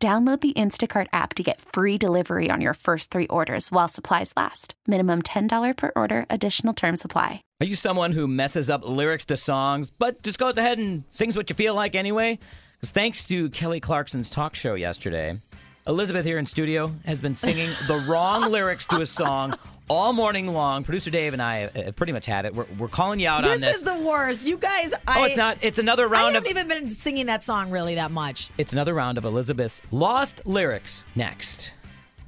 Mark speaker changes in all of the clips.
Speaker 1: Download the Instacart app to get free delivery on your first three orders while supplies last. Minimum $10 per order, additional term supply.
Speaker 2: Are you someone who messes up lyrics to songs, but just goes ahead and sings what you feel like anyway? Because thanks to Kelly Clarkson's talk show yesterday, Elizabeth here in studio has been singing the wrong lyrics to a song all morning long. Producer Dave and I have pretty much had it. We're, we're calling you out on
Speaker 3: This,
Speaker 2: this.
Speaker 3: is the worst. You guys, I,
Speaker 2: oh, it's not. It's another
Speaker 3: I
Speaker 2: round
Speaker 3: haven't
Speaker 2: of.
Speaker 3: even been singing that song really that much.
Speaker 2: it's another round of Elizabeth's lost lyrics next.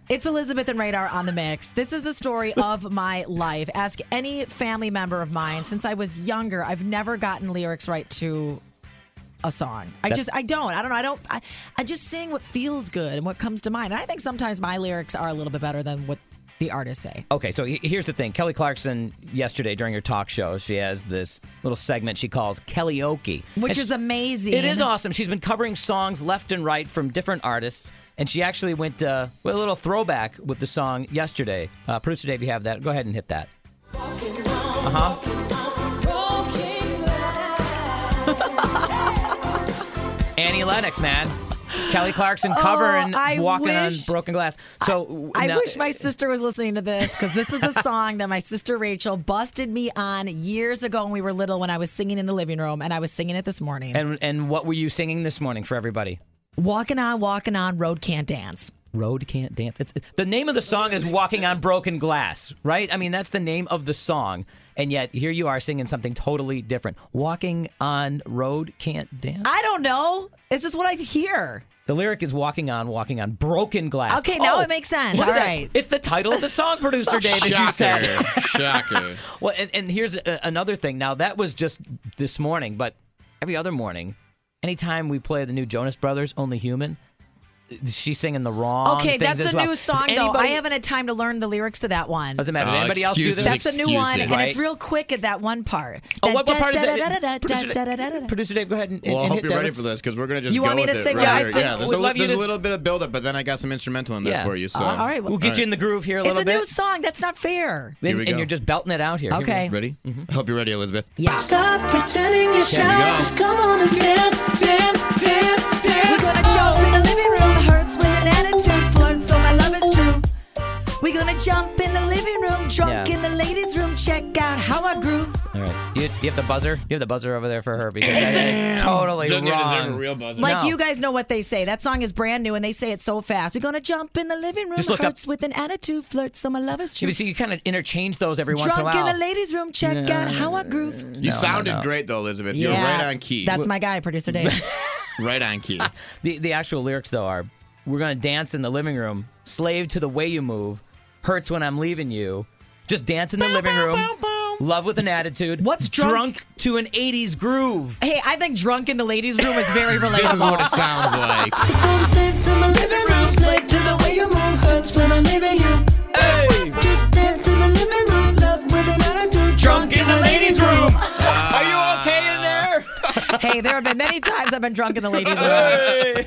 Speaker 3: It's Elizabeth and Radar on the mix. This is the story of my life. Ask any family member of mine. Since I was younger, I've never gotten lyrics right to a song. I just, I don't. I don't know. I don't. I, I just sing what feels good and what comes to mind. And I think sometimes my lyrics are a little bit better than what the artists say.
Speaker 2: Okay, so he- here's the thing. Kelly Clarkson yesterday during her talk show, she has this little segment she calls Kellyoke,
Speaker 3: Which
Speaker 2: And
Speaker 3: is
Speaker 2: she-
Speaker 3: amazing.
Speaker 2: Um, It is awesome. She's been covering songs left and right from different artists, and she actually went uh, with a little throwback with the song yesterday. Uh, Producer Dave, you have that. Go ahead and hit that. Uh-huh. Annie Lennox, man. Kelly Clarkson covering
Speaker 3: Oh, I
Speaker 2: "Walking
Speaker 3: wish-
Speaker 2: on Broken Glass." So
Speaker 3: I
Speaker 2: now-
Speaker 3: wish my sister was listening to this because this is a song that my sister Rachel busted me on years ago when we were little when I was singing in the living room and I was singing it this morning.
Speaker 2: and and what were you singing this morning for everybody?
Speaker 3: walking on, walking on, road can't dance.
Speaker 2: Road can't dance. It's the name of the song is "Walking on Broken Glass," right? I mean, that's the name of the song, and yet here you are singing something totally different. "Walking on Road Can't Dance."
Speaker 3: I don't know. It's just what I hear.
Speaker 2: the lyric is "Walking on, walking on broken glass." Oh,
Speaker 3: Okay, now it makes sense.
Speaker 2: look at
Speaker 3: All
Speaker 2: that.
Speaker 3: right.
Speaker 2: it's the title of the song, producer Dave. as you
Speaker 4: Shocker.
Speaker 2: said.
Speaker 4: Shocker.
Speaker 2: Well, and, and here's a, another thing. Now that was just this morning, but every other morning, anytime we play the new Jonas Brothers, "Only Human," she's singing the wrong.
Speaker 3: Okay,
Speaker 2: things
Speaker 3: that's
Speaker 2: as
Speaker 3: a
Speaker 2: well.
Speaker 3: new
Speaker 2: Does
Speaker 3: song though. I
Speaker 2: anybody-
Speaker 3: haven't had time to learn the lyrics to that one.
Speaker 2: Doesn't matter. Did
Speaker 4: Uh,
Speaker 2: anybody else do
Speaker 4: excuses.
Speaker 2: this?
Speaker 3: That's the new one,
Speaker 4: Excuses.
Speaker 3: and it's
Speaker 2: Right.
Speaker 3: real quick at that one part.
Speaker 2: Oh, what, what part is
Speaker 3: Da- da- da- da- da-
Speaker 2: that?
Speaker 3: da- da- da- da- da-
Speaker 2: Producer,
Speaker 3: da.
Speaker 2: Producer Dave, go ahead and,
Speaker 4: Well, I
Speaker 2: and
Speaker 4: hope
Speaker 2: hit
Speaker 4: you're
Speaker 2: that.
Speaker 4: ready
Speaker 2: Let's-
Speaker 4: for this because we're gonna just
Speaker 3: You
Speaker 4: go
Speaker 3: want me
Speaker 4: with
Speaker 3: to
Speaker 4: it
Speaker 3: sing
Speaker 4: right
Speaker 3: it? I
Speaker 4: here.
Speaker 3: think
Speaker 4: Yeah, there's,
Speaker 2: we'd
Speaker 4: a, li-
Speaker 2: love you
Speaker 4: there's a
Speaker 2: to-
Speaker 4: little bit of buildup, but then I got some instrumental in there
Speaker 2: Yeah.
Speaker 4: for you. So
Speaker 3: Uh, all right,
Speaker 2: We'll get you in the groove here a
Speaker 3: It's
Speaker 2: little
Speaker 3: a
Speaker 2: bit.
Speaker 3: new song. That's not fair.
Speaker 2: Then-
Speaker 4: Here we
Speaker 2: And
Speaker 4: go.
Speaker 2: you're just belting it out here. Here we
Speaker 3: Okay.
Speaker 2: go.
Speaker 4: Ready? I hope you're ready, Elizabeth.
Speaker 3: Yeah.
Speaker 5: Stop pretending you're shy.
Speaker 4: There we go.
Speaker 5: Just come on and dance, dance, dance,
Speaker 3: We're
Speaker 5: dance.
Speaker 3: gonna jump in the living room. Hurts with an attitude. Flirt, so my love is true. We're gonna jump in the living room. Drunk
Speaker 2: Yeah.
Speaker 3: in the ladies' room. Check out how I groove.
Speaker 2: All right. Do you, do you have the buzzer? You have the buzzer over there for her because I did it totally
Speaker 4: Doesn't even
Speaker 2: wrong.
Speaker 4: deserve a real buzzer.
Speaker 3: Like
Speaker 2: No.
Speaker 3: you guys know what they say. That song is brand new, and they say it so fast. We're gonna jump in the living room.
Speaker 2: Just look up-
Speaker 3: Hurts with an attitude. Flirt, so my love is
Speaker 2: You
Speaker 3: true.
Speaker 2: can see you kind of interchange those every once in a
Speaker 3: Drunk in
Speaker 2: while.
Speaker 3: the ladies' room. Check out how I groove.
Speaker 4: you sounded great though, Elizabeth. You were right on key.
Speaker 3: That's my guy, producer Dave.
Speaker 4: right on key.
Speaker 2: the the actual lyrics though are we're gonna dance in the living room, slave to the way you move, hurts when I'm leaving you, just dance in the living room, love with an attitude.
Speaker 3: What's drunk?
Speaker 2: to an '80s groove?
Speaker 3: hey, I think drunk in the ladies' room is very
Speaker 4: this is
Speaker 3: relatable.
Speaker 4: what it sounds like.
Speaker 5: Don't dance in my living room. Slave to the way you move. Hurts when I'm leaving you.
Speaker 2: Hey,
Speaker 5: Just dance in the living room. Love with an attitude. Drunk in the ladies' room.
Speaker 2: are you okay in there?
Speaker 3: hey, there have been many times I've been drunk in the ladies' room.